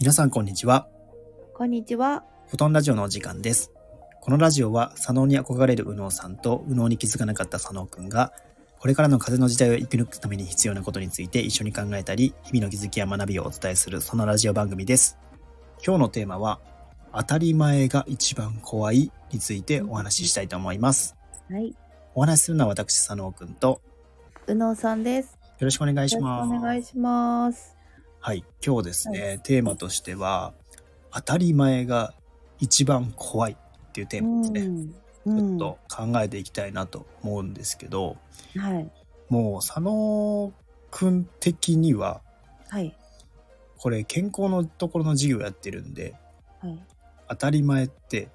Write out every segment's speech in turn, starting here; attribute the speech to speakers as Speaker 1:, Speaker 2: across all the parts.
Speaker 1: 皆さんこんにちは。
Speaker 2: こんにちは。
Speaker 1: フォトンラジオのお時間です。このラジオは左脳に憧れる右脳さんと右脳に気づかなかった左脳くんが、これからの風の時代を生き抜くために必要なことについて一緒に考えたり、日々の気づきや学びをお伝えするそのラジオ番組です。今日のテーマは、当たり前が一番怖いについてお話ししたいと思います。
Speaker 2: はい。
Speaker 1: お話しするのは私佐野くんと、
Speaker 2: うのうさんです。
Speaker 1: よろしくお願いし
Speaker 2: よろ
Speaker 1: ま
Speaker 2: しくお願
Speaker 1: す。
Speaker 2: いします。
Speaker 1: はい、今日ですね、テーマとしては、当たり前が一番怖いっていうテーマですね。
Speaker 2: う
Speaker 1: ちょ
Speaker 2: ん
Speaker 1: っと考えていきたいなと思うんですけど、
Speaker 2: はい。
Speaker 1: もう佐野くん的には
Speaker 2: はい。
Speaker 1: これ健康のところの授業やってるんで
Speaker 2: はい。
Speaker 1: 当たり前って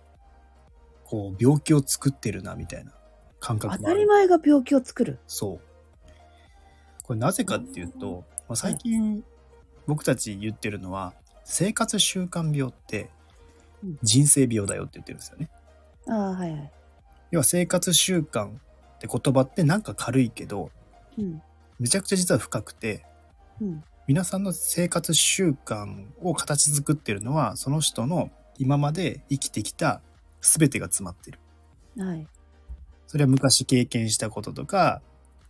Speaker 1: こう病気を作ってるなみたいな感
Speaker 2: 当
Speaker 1: 覚もあ
Speaker 2: た
Speaker 1: る
Speaker 2: り前が病気を作る。
Speaker 1: そうこれなぜかっていうと、まあ、最近僕たち言ってるのは生活習慣病って
Speaker 2: うん
Speaker 1: 人生病だよって言ってるんですよね
Speaker 2: ああ、はいはい。
Speaker 1: 要は生活習慣って言葉ってなんか軽いけど
Speaker 2: うん。
Speaker 1: めちゃくちゃ実は深くて
Speaker 2: うん。
Speaker 1: 皆さんの生活習慣を形作ってるのはその人の今まで生きてきた全てが詰まってる
Speaker 2: はい。
Speaker 1: それは昔経験したこととか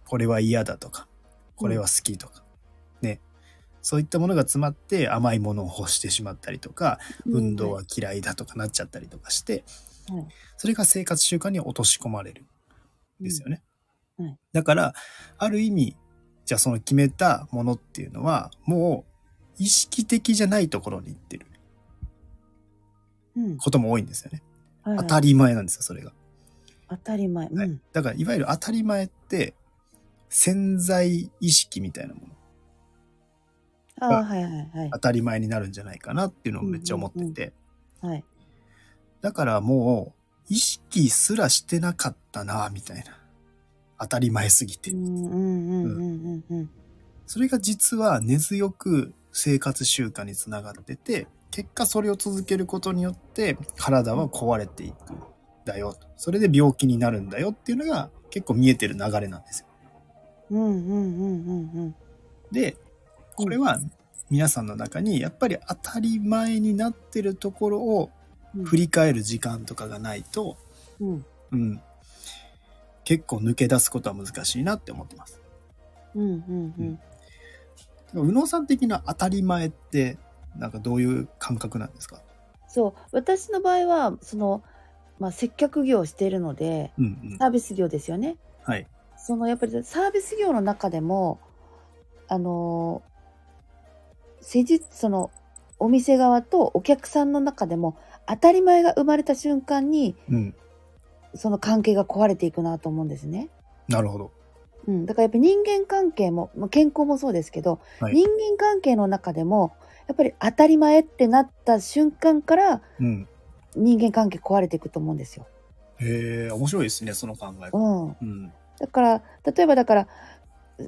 Speaker 1: これは嫌だとかこれは好きとか、ねそういったものが詰まって甘いものを欲してしまったりとか、運動は嫌いだとかなっちゃったりとかして、
Speaker 2: はい
Speaker 1: それが生活習慣に落とし込まれるんですよね、
Speaker 2: うんはい
Speaker 1: だからある意味じゃあその決めたものっていうのはもう意識的じゃないところに行ってる
Speaker 2: うん。
Speaker 1: ことも多いんですよね、
Speaker 2: 当
Speaker 1: 当た
Speaker 2: り。
Speaker 1: り前なんですよそれが、
Speaker 2: 当たり前。う
Speaker 1: はい
Speaker 2: ん。
Speaker 1: だからいわゆる当たり前って潜在意識みたいなもの
Speaker 2: ああ、はいはいはい
Speaker 1: 当たり前になるんじゃないかなっていうのをめっちゃ思ってて、
Speaker 2: うんうんはい。
Speaker 1: だからもう意識すらしてなかったなみたいな当たり前すぎて、
Speaker 2: うんうんうんうんうんうん。
Speaker 1: それが実は根強く生活習慣につながってて結果それを続けることによって体は壊れていくんだよとそれで病気になるんだよっていうのが結構見えてる流れなんですよ
Speaker 2: うんうんうんうんうん。
Speaker 1: でこれは皆さんの中にやっぱり当たり前になってるところを
Speaker 2: うん
Speaker 1: 振。り返る時間とかがないと、
Speaker 2: うん。
Speaker 1: うん、結構抜け出すことは難しいなって思ってます。
Speaker 2: うんうんうん。
Speaker 1: 宇野さん的な当たり前ってなんかどういう感覚なんですか
Speaker 2: そう。私の場合は、その、まあ、接客業をしているので、
Speaker 1: うんうん。
Speaker 2: サービス業ですよね。
Speaker 1: はい。
Speaker 2: そのやっぱりサービス業の中でもあの施術そのお店側とお客さんの中でも当たり前が生まれた瞬間に
Speaker 1: うん。
Speaker 2: その関係が壊れていくなと思うんですね。
Speaker 1: なるほど。
Speaker 2: うん、だからやっぱり人間関係も、まあ、健康もそうですけど、
Speaker 1: はい
Speaker 2: 人間関係の中でもやっぱり当たり前ってなった瞬間から
Speaker 1: うん。
Speaker 2: 人間関係壊れていくと思うんですよ。
Speaker 1: へえ、面白いですね、その考え方。
Speaker 2: うん、
Speaker 1: うん。
Speaker 2: だから例えばだから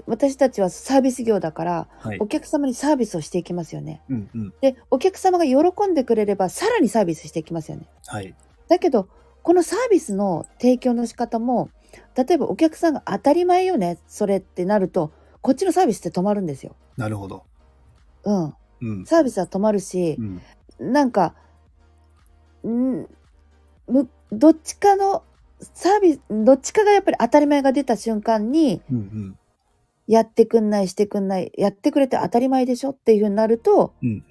Speaker 2: 私たちはサービス業だから
Speaker 1: はい
Speaker 2: お。客様にサービスをしていきますよね。
Speaker 1: うんうん。
Speaker 2: で、お客様が喜んでくれれば、さらにサービスしていきますよね。
Speaker 1: はい。
Speaker 2: だけど、このサービスの提供の仕方も、例えばお客さんが当たり前よね、それってなると、こっちのサービスって止まるんですよ。
Speaker 1: なるほど。
Speaker 2: うん。
Speaker 1: うん。
Speaker 2: サービスは止まるし
Speaker 1: う、ん。
Speaker 2: なんか、んむ、どっちかの、サービス、どっちかがやっぱり当たり前が出た瞬間に、
Speaker 1: うんうん。
Speaker 2: やってくんない、してくんない、やってくれて当たり前でしょっていうふうになると、
Speaker 1: うんうん。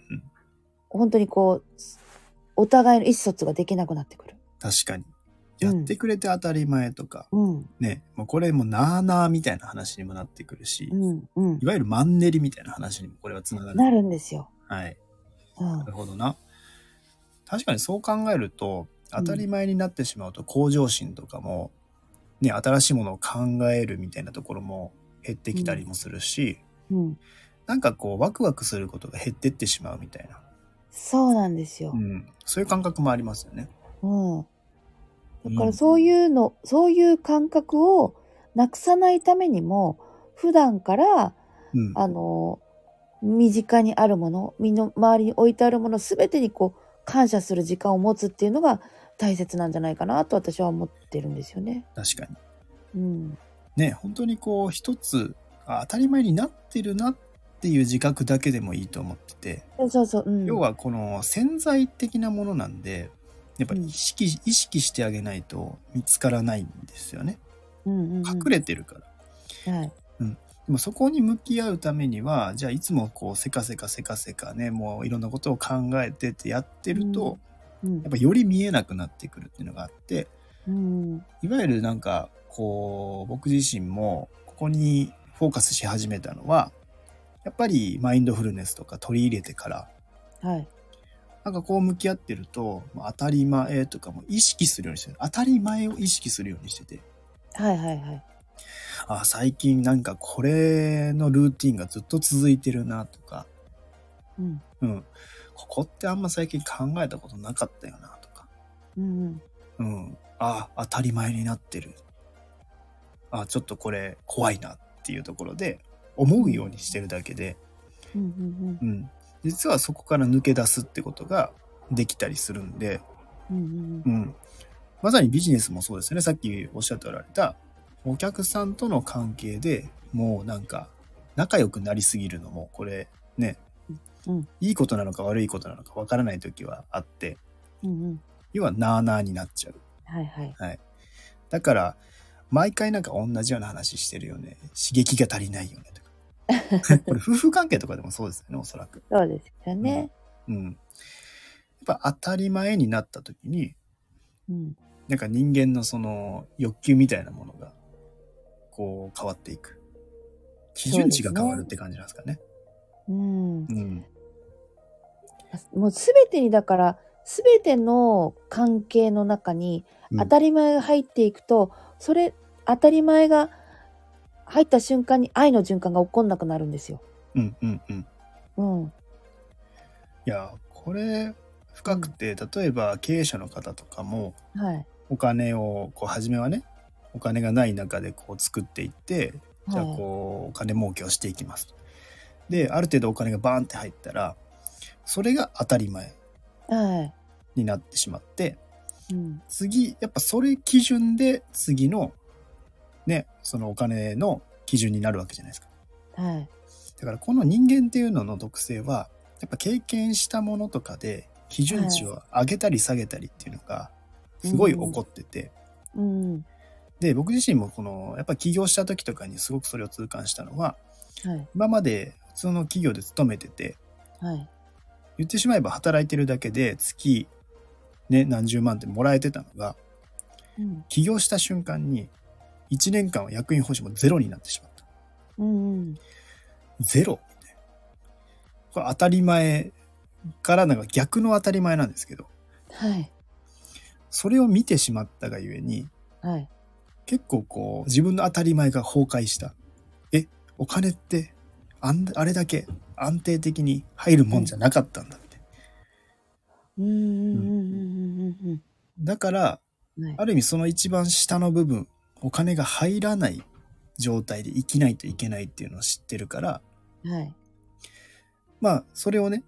Speaker 2: 本当にこう、お互いの意思疎通ができなくなってくる。
Speaker 1: 確かに。や
Speaker 2: うん
Speaker 1: ってくれて当たり前とか、
Speaker 2: うん、
Speaker 1: ね、もうこれもなーなーみたいな話にもなってくるし、
Speaker 2: うん、うん
Speaker 1: い。わゆるマンネリみたいな話にもこれはつながる。
Speaker 2: なるんですよ。
Speaker 1: はい。
Speaker 2: うん
Speaker 1: なるほどな。確かにそう考えると、当たり前になってしまうと向上心とかも、ね、新しいものを考えるみたいなところも減ってきたりもするし、
Speaker 2: うん。
Speaker 1: なんかこうワクワクすることが減ってってしまうみたいな、
Speaker 2: そうなんですよ
Speaker 1: う。ん、そういう感覚もありますよね。
Speaker 2: うん。
Speaker 1: う
Speaker 2: だ
Speaker 1: ん
Speaker 2: からそういうの、そういう感覚をなくさないためにも、普段から、
Speaker 1: うん、
Speaker 2: あの、身近にあるもの、身の周りに置いてあるものすべてにこう、感謝する時間を持つっていうのが大切なんじゃないかなと私は思ってるんですよね。
Speaker 1: 確かに。
Speaker 2: うん。
Speaker 1: ね、本当にこう一つあ当たり前になってるなっっていう自覚だけでもいいと思ってて、
Speaker 2: そうそう、うん。
Speaker 1: 要はこの潜在的なものなんで、やっぱ意識、意識してあげないと見つからないんですよね。
Speaker 2: うんうんうん、
Speaker 1: 隠れてるから。
Speaker 2: はい。
Speaker 1: でもそこに向き合うためには、じゃあいつもこうせかせかせかせかね、もういろんなことを考えてってやってると、
Speaker 2: うん
Speaker 1: やっぱより見えなくなってくるっていうのがあって、
Speaker 2: うん
Speaker 1: いわゆるなんか、こう、僕自身も、ここにフォーカスし始めたのは、やっぱりマインドフルネスとか取り入れてから、
Speaker 2: はい。
Speaker 1: なんかこう向き合ってると、まあ当たり前とかも意識するようにしてる。当たり前を意識するようにしてて、
Speaker 2: はいはいはい。
Speaker 1: あ最近なんかこれのルーティンがずっと続いてるなとか、
Speaker 2: うん。
Speaker 1: うん。ここってあんま最近考えたことなかったよなとか、
Speaker 2: うんうん。
Speaker 1: うん。あ当たり前になってる。あちょっとこれ怖いなっていうところで、思うようにしてるだけで、
Speaker 2: うんうん
Speaker 1: うん。実はそこから抜け出すってことができたりするんで、
Speaker 2: うん。うんうん
Speaker 1: う。ん。まさにビジネスもそうですよね。さっきおっしゃっておられた、お客さんとの関係でもうなんか、仲良くなりすぎるのも、これね、
Speaker 2: うん
Speaker 1: いいことなのか悪いことなのかわからない時はあって、
Speaker 2: うんうん。
Speaker 1: 要はなあなあになっちゃう。
Speaker 2: はいはい。
Speaker 1: だから、毎回なんか同じような話してるよね。刺激が足りないよね。と かこれ夫婦関係とかでもそうですよね、おそらく。
Speaker 2: そうですよね。
Speaker 1: うん。やっぱ当たり前になった時に、
Speaker 2: うん。
Speaker 1: なんか人間のその欲求みたいなものが、こう変わっていく。基準値が変わるって感じなんですかね。
Speaker 2: うん。
Speaker 1: うん。
Speaker 2: もうすべてにだから、すべての関係の中に
Speaker 1: うん
Speaker 2: 当たり前が入っていくと、それ、当たり前が入った瞬間に愛の循環が起こんなくなるんですよ。
Speaker 1: うんうんうん。い
Speaker 2: うん。
Speaker 1: や、これ深くて、例えば経営者の方とかも、
Speaker 2: はい。
Speaker 1: お金を、こう、初めはね、お金がない中でこう作っていって、じゃあ
Speaker 2: はい
Speaker 1: こう、お金儲けをしていきます。で、ある程度お金がバーンって入ったら、それが当たり前
Speaker 2: は
Speaker 1: になってしまって、
Speaker 2: い。うん。
Speaker 1: 次、やっぱそれ基準で次の、ね、そのお金の基準になるわけじゃないですか。
Speaker 2: はい。
Speaker 1: だからこの人間っていうのの特性は、やっぱ経験したものとかで基準値を上げたり下げたりっていうのがすごい起こってて、
Speaker 2: うん。
Speaker 1: で、僕自身もこの、やっぱ起業した時とかにすごくそれを痛感したのは、
Speaker 2: はい。
Speaker 1: 今まで普通の企業で勤めてて、
Speaker 2: はい。
Speaker 1: 言ってしまえば働いてるだけで月、ね、何十万ってもらえてたのが、
Speaker 2: うん。
Speaker 1: 起業した瞬間に1年間は役員報酬もゼロになってしまった。
Speaker 2: うんうん。
Speaker 1: ゼロみたいなこれ当たり前からなんか逆の当たり前なんですけど、
Speaker 2: はい。
Speaker 1: それを見てしまったがゆえに、
Speaker 2: はい。
Speaker 1: 結構こう自分の当たり前が崩壊した。え、お金ってあんあれだけ安定的に入るもんじゃなかったんだって。
Speaker 2: うんうんうんうんうん
Speaker 1: だから、
Speaker 2: うん。はい
Speaker 1: あ。る意味その一番下の部分、お金が入らない状態で生きないといけないっていうのを知ってるから、
Speaker 2: はい。
Speaker 1: まあ、それをね、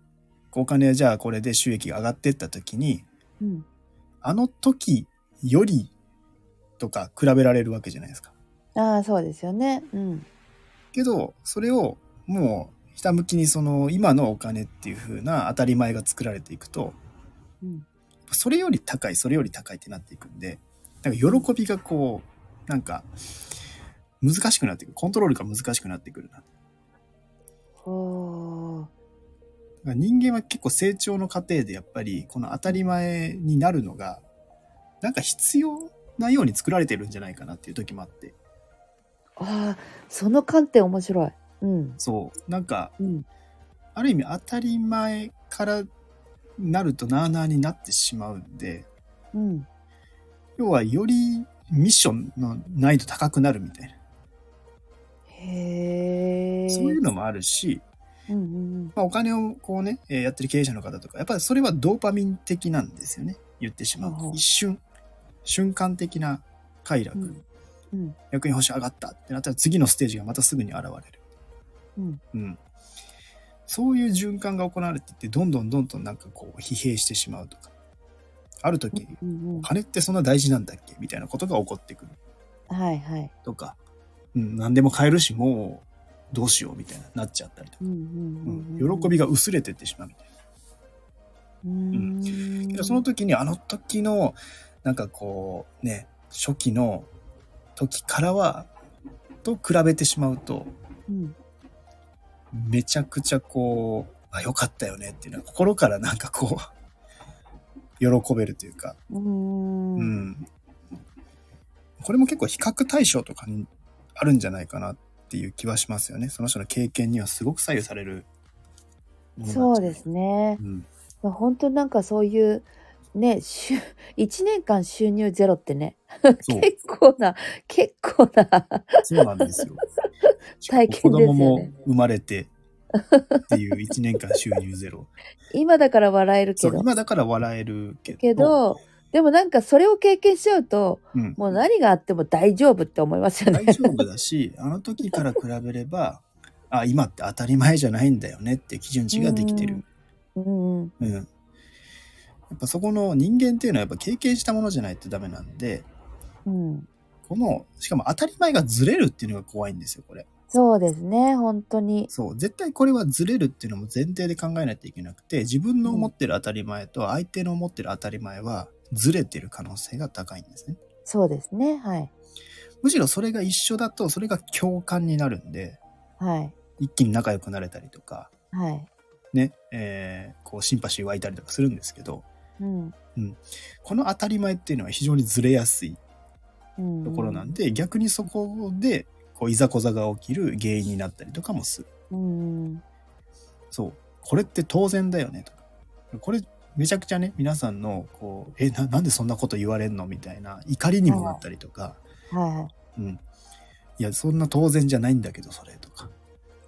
Speaker 1: こうお金じゃあこれで収益が上がってった時に、
Speaker 2: うん。
Speaker 1: あの時よりとか比べられるわけじゃないですか。
Speaker 2: ああ、そうですよね。うん。
Speaker 1: けど、それをもうひたむきにその今のお金っていう風な当たり前が作られていくと、
Speaker 2: うん。
Speaker 1: それより高い、それより高いってなっていくんで、なんか喜びがこう、なんか難しくなってくる。コントロールが難しくなってくるな。だか
Speaker 2: おー。
Speaker 1: ら人間は結構成長の過程でやっぱりこの当たり前になるのが、なんか必要なように作られてるんじゃないかなっていう時もあって。
Speaker 2: ああ、その観点面白い。うん。
Speaker 1: そう。なんか
Speaker 2: うん。
Speaker 1: ある意味当たり前からなるとなあなあになってしまうんで、
Speaker 2: うん。
Speaker 1: 要はよりミッションの難易度高くなるみたいな、
Speaker 2: へえ。
Speaker 1: そういうのもあるし、
Speaker 2: うんうん
Speaker 1: まあ、お金をこうね、えーやってる経営者の方とか、やっぱりそれはドーパミン的なんですよね。言ってしまう
Speaker 2: ほうほ
Speaker 1: と。
Speaker 2: う
Speaker 1: 一瞬、瞬間的な快楽、
Speaker 2: うんうん。
Speaker 1: 役員報酬上がったってなったら次のステージがまたすぐに現れる。
Speaker 2: うん。
Speaker 1: うん。そういう循環が行われていって、どんどんどんどんなんかこう疲弊してしまうとか、ある時、
Speaker 2: うんうん。
Speaker 1: 金ってそんな大事なんだっけみたいなことが起こってくる
Speaker 2: はいはい。
Speaker 1: とか、うん、何でも買えるし、もうどうしようみたいななっちゃったりとか、うん
Speaker 2: 喜
Speaker 1: 喜びが薄れてってしまうみたいなけどその時にあの時のなんかこうね初期の時からはと比べてしまうと
Speaker 2: うん
Speaker 1: めちゃくちゃこうあ良かったよねっていうのは心からなんかこう喜べるというか、
Speaker 2: う
Speaker 1: うんん、これも結構比較対象とかにあるんじゃないかなっていう気はしますよねその人の経験にはすごく左右されるもの
Speaker 2: そ
Speaker 1: な
Speaker 2: うん
Speaker 1: じゃない
Speaker 2: ですね
Speaker 1: う。ん
Speaker 2: まあ本当なんかそういうね収1年間収入ゼロってね
Speaker 1: そう
Speaker 2: 結構な結構な
Speaker 1: そうなんですよ。
Speaker 2: 体験ですよね
Speaker 1: 子供も生まれてっていう1年間収入 ゼロ。
Speaker 2: 今だから笑える
Speaker 1: そ
Speaker 2: け
Speaker 1: う
Speaker 2: ど
Speaker 1: 今だから笑えるけど。
Speaker 2: けどでもなんかそれを経験しちゃうと
Speaker 1: うん、
Speaker 2: もう何があっても大丈夫って思いますよね
Speaker 1: 大。丈夫だし、あの時から比べれば、あ、今って当たり前じゃないんだよねっていう基準値ができてる。
Speaker 2: うんうん
Speaker 1: うん。やっぱそこの人間っていうのはやっぱ経験したものじゃないとダメなんで、
Speaker 2: うん、
Speaker 1: この、しかも当たり前がずれるっていうのが怖いんですよ、これ。
Speaker 2: そうですね本当に。
Speaker 1: そう絶対これはずれるっていうのも前提で考えないといけなくて自分の思ってる当たり前と相手の思ってる当たり前はずれてる可能性が高いんですね
Speaker 2: そうですねはい
Speaker 1: むしろそれが一緒だとそれが共感になるんで
Speaker 2: はい
Speaker 1: 一気に仲良くなれたりとか
Speaker 2: はい。
Speaker 1: ねえーこうシンパシー湧いたりとかするんですけど
Speaker 2: うん
Speaker 1: この当たり前っていうのは非常にずれやすい
Speaker 2: うん、
Speaker 1: ところなんで、逆にそこでこういざこざが起きる原因になったりとかもする
Speaker 2: うん
Speaker 1: そう、これって当然だよねとか。これめちゃくちゃね、皆さんの、こう、えな、なんでそんなこと言われんのみたいな怒りにもなったりとか、
Speaker 2: はいはい
Speaker 1: うん。いや、そんな当然じゃないんだけど、それとか。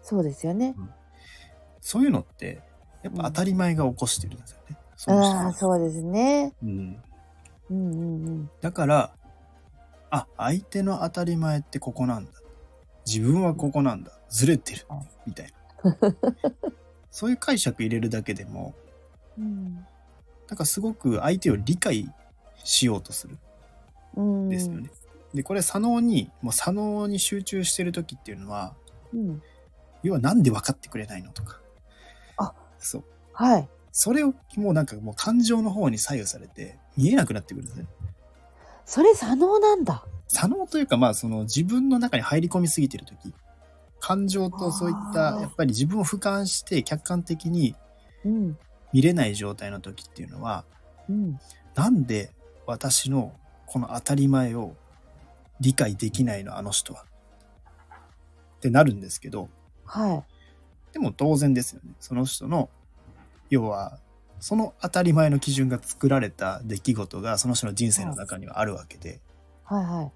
Speaker 2: そうですよね。
Speaker 1: そういうのって、やっぱ当たり前が起こしてるんですよね。その人
Speaker 2: ああ
Speaker 1: が
Speaker 2: そうですね。
Speaker 1: うん。
Speaker 2: うんうんうん
Speaker 1: だから、あ、相手の当たり前ってここなんだ。自分はここなんだ。ずれてる
Speaker 2: はい。
Speaker 1: みたいな。そういう解釈入れるだけでも、
Speaker 2: うん
Speaker 1: なんかすごく相手を理解しようとする。
Speaker 2: うん
Speaker 1: ですよね。でこれ左脳にもう左脳に集中してる時っていうのは
Speaker 2: うん、
Speaker 1: 要はなんで分かってくれないのとか
Speaker 2: あ
Speaker 1: そう
Speaker 2: はい。
Speaker 1: それをもうなんかもう感情の方に左右されて見えなくなってくるんですね。
Speaker 2: それ左脳なんだ。
Speaker 1: 左脳というかまあその自分の中に入り込みすぎてる時感情とそういった
Speaker 2: あー
Speaker 1: やっぱり自分を俯瞰して客観的に
Speaker 2: うん。
Speaker 1: 見れない状態の時っていうのは
Speaker 2: うん。
Speaker 1: なんで私のこの当たり前を理解できないのあの人はってなるんですけど
Speaker 2: はい。
Speaker 1: でも当然ですよね。その人の、要は、その当たり前の基準が作られた出来事がその人の人生の中にはあるわけで、
Speaker 2: はいは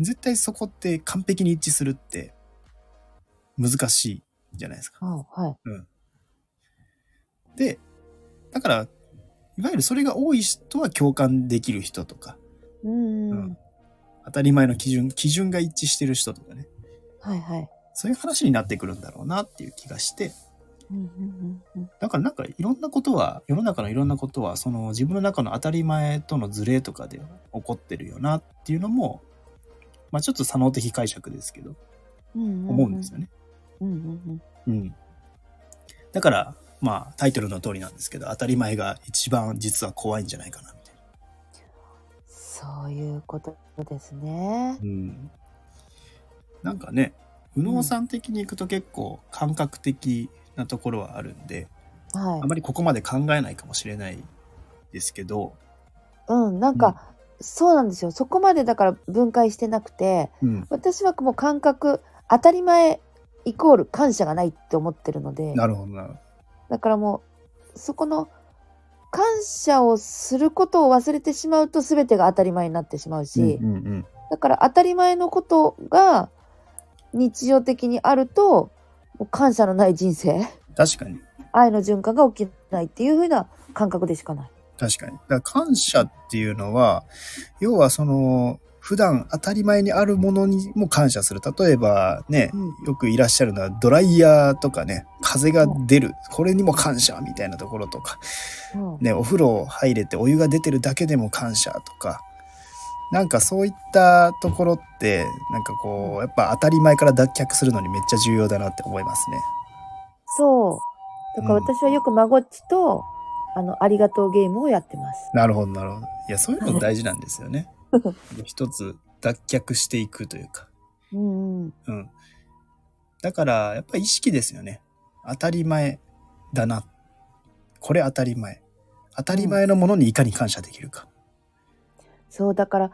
Speaker 2: い。
Speaker 1: 絶対そこって完璧に一致するって難しいじゃないですか。
Speaker 2: はいはい。
Speaker 1: で、だから、いわゆるそれが多い人は共感できる人とか、
Speaker 2: うん。
Speaker 1: うん当たり前の基準、基準が一致してる人とかね、
Speaker 2: はいはい。
Speaker 1: そういう話になってくるんだろうなっていう気がして、
Speaker 2: うんうんうんうん。
Speaker 1: だからなんかいろんなことは世の中のいろんなことはその自分の中の当たり前とのズレとかで起こってるよなっていうのもまあちょっと左脳的解釈ですけど
Speaker 2: うん
Speaker 1: 思うんですよね。
Speaker 2: うんうん
Speaker 1: うん。だからまあタイトルの通りなんですけど当たり前が一番実は怖いんじゃないかなみたいな。
Speaker 2: うん。そういうことですね。
Speaker 1: うん。なんかね右脳さん的にいくと結構感覚的なところはあるんで
Speaker 2: はい
Speaker 1: あ。まりここまで考えないかもしれないですけど。
Speaker 2: うん。なんか、そうなんですよ。そこまでだから分解してなくて、
Speaker 1: うん。
Speaker 2: 私はもう感覚、当たり前イコール感謝がないって思ってるので、
Speaker 1: なるほどなるほど。
Speaker 2: だからもう、そこの、感謝をすることを忘れてしまうと全てが当たり前になってしまうし、
Speaker 1: うんうんうん
Speaker 2: だから当たり前のことが日常的にあるともう感謝のない人生
Speaker 1: 確かに
Speaker 2: 愛の循環が起きないっていう風な感覚でしかない。
Speaker 1: 確かにだから感謝っていうのは要はその普段当たり前にあるものにも感謝する例えばね
Speaker 2: う
Speaker 1: よくいらっしゃるのはドライヤーとかね風が出るこれにも感謝みたいなところとか
Speaker 2: うん
Speaker 1: ねお風呂入れてお湯が出てるだけでも感謝とかなんかそういったところってなんかこうやっぱ当たり前から脱却するのにめっちゃ重要だなって思いますね。
Speaker 2: そう。だから
Speaker 1: うん
Speaker 2: 私はよく孫っちと、あの、ありがとうゲームをやってます。
Speaker 1: なるほどなるほど。いやそういうの大事なんですよね。一つ脱却していくというか。
Speaker 2: うんうん。
Speaker 1: うん。だからやっぱ意識ですよね。当たり前だな。これ当たり前。当たり前のものにいかに感謝できるか。
Speaker 2: そう、だから、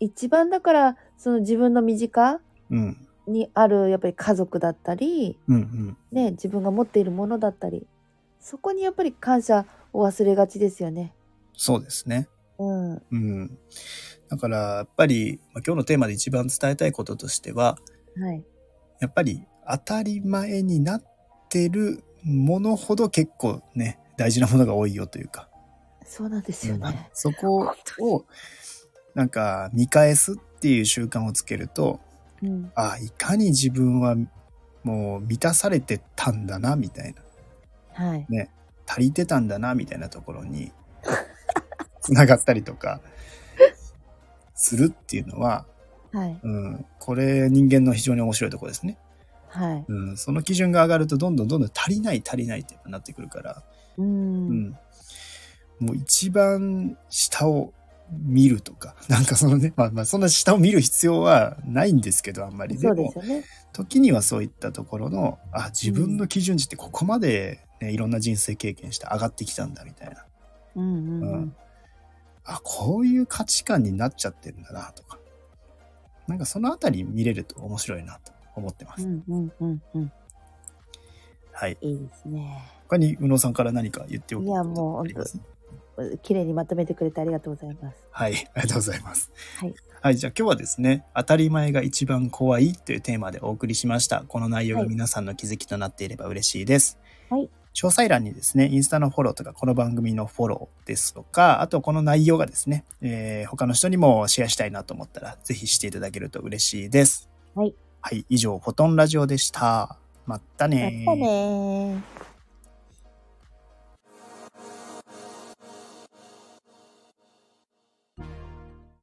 Speaker 2: 一番だから、その自分の身近
Speaker 1: うん。
Speaker 2: にある、やっぱり家族だったり、
Speaker 1: うんうん。
Speaker 2: ね、自分が持っているものだったり、そこにやっぱり感謝を忘れがちですよね。
Speaker 1: そうですね。
Speaker 2: うん。は
Speaker 1: うん。だからやっぱり、まあ、今日のテーマで一番伝えたいこととしては、
Speaker 2: い。
Speaker 1: やっぱり当たり前になってるものほど結構ね、大事なものが多いよというか、
Speaker 2: そうなんですよ
Speaker 1: うん
Speaker 2: ね。
Speaker 1: そこをなんか見返すっていう習慣をつけると、
Speaker 2: うん。
Speaker 1: あ、いかに自分はもう満たされてたんだな、みたいな、
Speaker 2: はい。
Speaker 1: 足りてたんだな、みたいなところに、つながったりとか、するっていうのは、
Speaker 2: はい。
Speaker 1: うん、これ人間の非常に面白いところですね。
Speaker 2: はい。
Speaker 1: うん、その基準が上がるとどんどんどんどん足りない足りないってなってくるから、
Speaker 2: う。
Speaker 1: うんん、もう一番下を見るとか なんかそのね、まあ、まあそんな下を見る必要はないんですけどあんまり
Speaker 2: そうで
Speaker 1: も
Speaker 2: すよね。
Speaker 1: 時にはそういったところのあ自分の基準値ってここまで、ね、いろんな人生経験して上がってきたんだみたいな
Speaker 2: うんうんう
Speaker 1: うんん。あこういう価値観になっちゃってるんだなとかなんかそのあたり見れると面白いなと思ってま
Speaker 2: う
Speaker 1: す。
Speaker 2: んうんうんうん。
Speaker 1: はい、
Speaker 2: いいですね。
Speaker 1: 他に宇野さんから何か言っておく
Speaker 2: いや
Speaker 1: こと
Speaker 2: もう
Speaker 1: あります
Speaker 2: 綺麗にまとめてくれてありがとうございます。
Speaker 1: はい、 ありがとうございます。
Speaker 2: はい、
Speaker 1: じゃあ今日はですね、当たり前が一番怖いというテーマでお送りしました。この内容が
Speaker 2: はい
Speaker 1: 皆さんの気づきとなっていれば嬉しいです。
Speaker 2: はい
Speaker 1: 詳細欄にですね、インスタのフォローとか、この番組のフォローですとか、あとこの内容がですね、えー他の人にもシェアしたいなと思ったら、ぜひしていただけると嬉しいです。
Speaker 2: はい。
Speaker 1: はい、以上、フォトンラジオでした。まった
Speaker 2: またねー。